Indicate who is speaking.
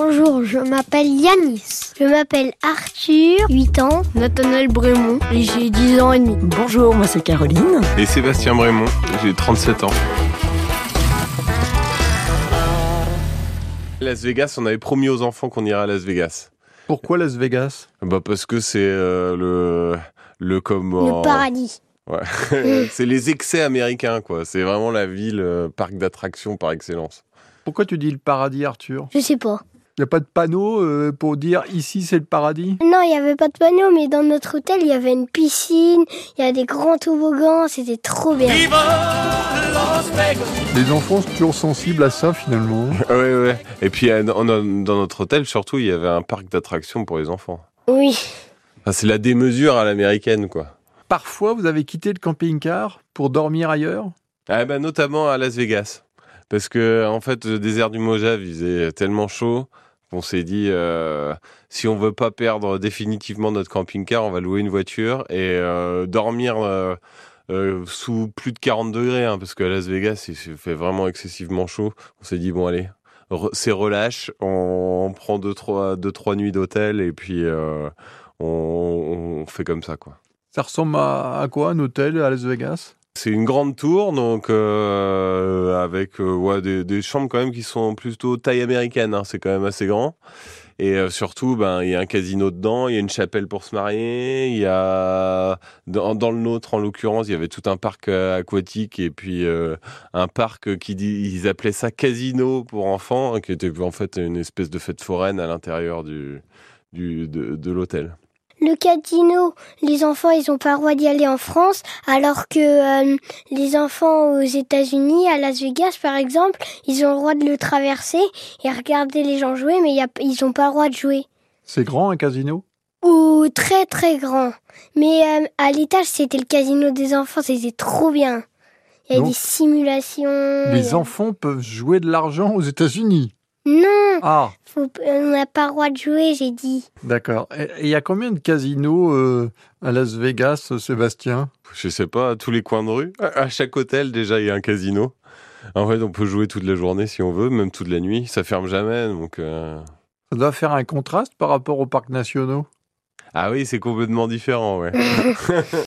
Speaker 1: Bonjour, je m'appelle Yanis. Je m'appelle Arthur, 8 ans, Nathanaël Brémont, et j'ai 10 ans et demi.
Speaker 2: Bonjour, moi c'est Caroline.
Speaker 3: Et Sébastien Brémont, j'ai 37 ans. Las Vegas, on avait promis aux enfants qu'on irait à Las Vegas.
Speaker 4: Pourquoi Las Vegas
Speaker 3: Bah parce que c'est euh, le le comment
Speaker 1: Le paradis.
Speaker 3: Ouais. c'est les excès américains quoi. C'est vraiment la ville euh, parc d'attractions par excellence.
Speaker 4: Pourquoi tu dis le paradis, Arthur
Speaker 1: Je sais pas.
Speaker 4: Il n'y a pas de panneau euh, pour dire ici c'est le paradis
Speaker 1: Non, il n'y avait pas de panneau, mais dans notre hôtel, il y avait une piscine, il y avait des grands toboggans, c'était trop bien.
Speaker 4: Les enfants sont toujours sensibles à ça finalement.
Speaker 3: Ouais ouais. Et puis euh, dans dans notre hôtel surtout, il y avait un parc d'attractions pour les enfants.
Speaker 1: Oui.
Speaker 3: Enfin, c'est la démesure à l'américaine quoi.
Speaker 4: Parfois, vous avez quitté le camping-car pour dormir ailleurs
Speaker 3: Ah bah, notamment à Las Vegas. Parce que, en fait, le désert du Mojave, il faisait tellement chaud qu'on s'est dit, euh, si on veut pas perdre définitivement notre camping-car, on va louer une voiture et euh, dormir euh, euh, sous plus de 40 degrés. hein, parce qu'à Las Vegas, il se fait vraiment excessivement chaud. On s'est dit, bon, allez, re- c'est relâche. On, on prend deux trois, deux, trois nuits d'hôtel et puis euh, on- on fait comme ça, quoi.
Speaker 4: Ça ressemble à, à quoi un hôtel à Las Vegas
Speaker 3: C'est une grande tour, donc euh, avec euh, ouais, des, des chambres quand même qui sont plutôt taille américaine. hein, c'est quand même assez grand. Et euh, surtout, ben il y a un casino dedans, il y a une chapelle pour se marier, il y a dans, dans le nôtre en l'occurrence, il y avait tout un parc euh, aquatique et puis euh, un parc euh, qui dit, ils appelaient ça casino pour enfants, hein, qui était en fait une espèce de fête foraine à l'intérieur du, du de- de l'hôtel.
Speaker 1: Le casino, les enfants, ils ont pas le droit d'y aller en France, alors que euh, les enfants aux États-Unis, à Las Vegas par exemple, ils ont le droit de le traverser et regarder les gens jouer, mais il y a- ils ont pas le droit de jouer.
Speaker 4: C'est grand un casino
Speaker 1: Ou très très grand. Mais euh, à l'étage, c'était le casino des enfants, c'était trop bien. Il y avait
Speaker 4: Donc,
Speaker 1: des simulations. il y
Speaker 4: Les
Speaker 1: a-
Speaker 4: enfants peuvent jouer de l'argent aux États-Unis.
Speaker 1: Non,
Speaker 4: Ah,
Speaker 1: faut- on n'a pas le droit de jouer, j'ai dit.
Speaker 4: d'accord. Et et il y a combien de casinos euh, à Las Vegas, euh, Sébastien
Speaker 3: je sais pas, à tous les coins de rue. À à chaque hôtel, déjà, il y a un casino. En fait, on peut jouer toute la journée si on veut, même toute la nuit. Ça ferme jamais, donc. euh,
Speaker 4: Ça doit faire un contraste par rapport aux parcs nationaux.
Speaker 3: Ah oui, c'est complètement différent, ouais.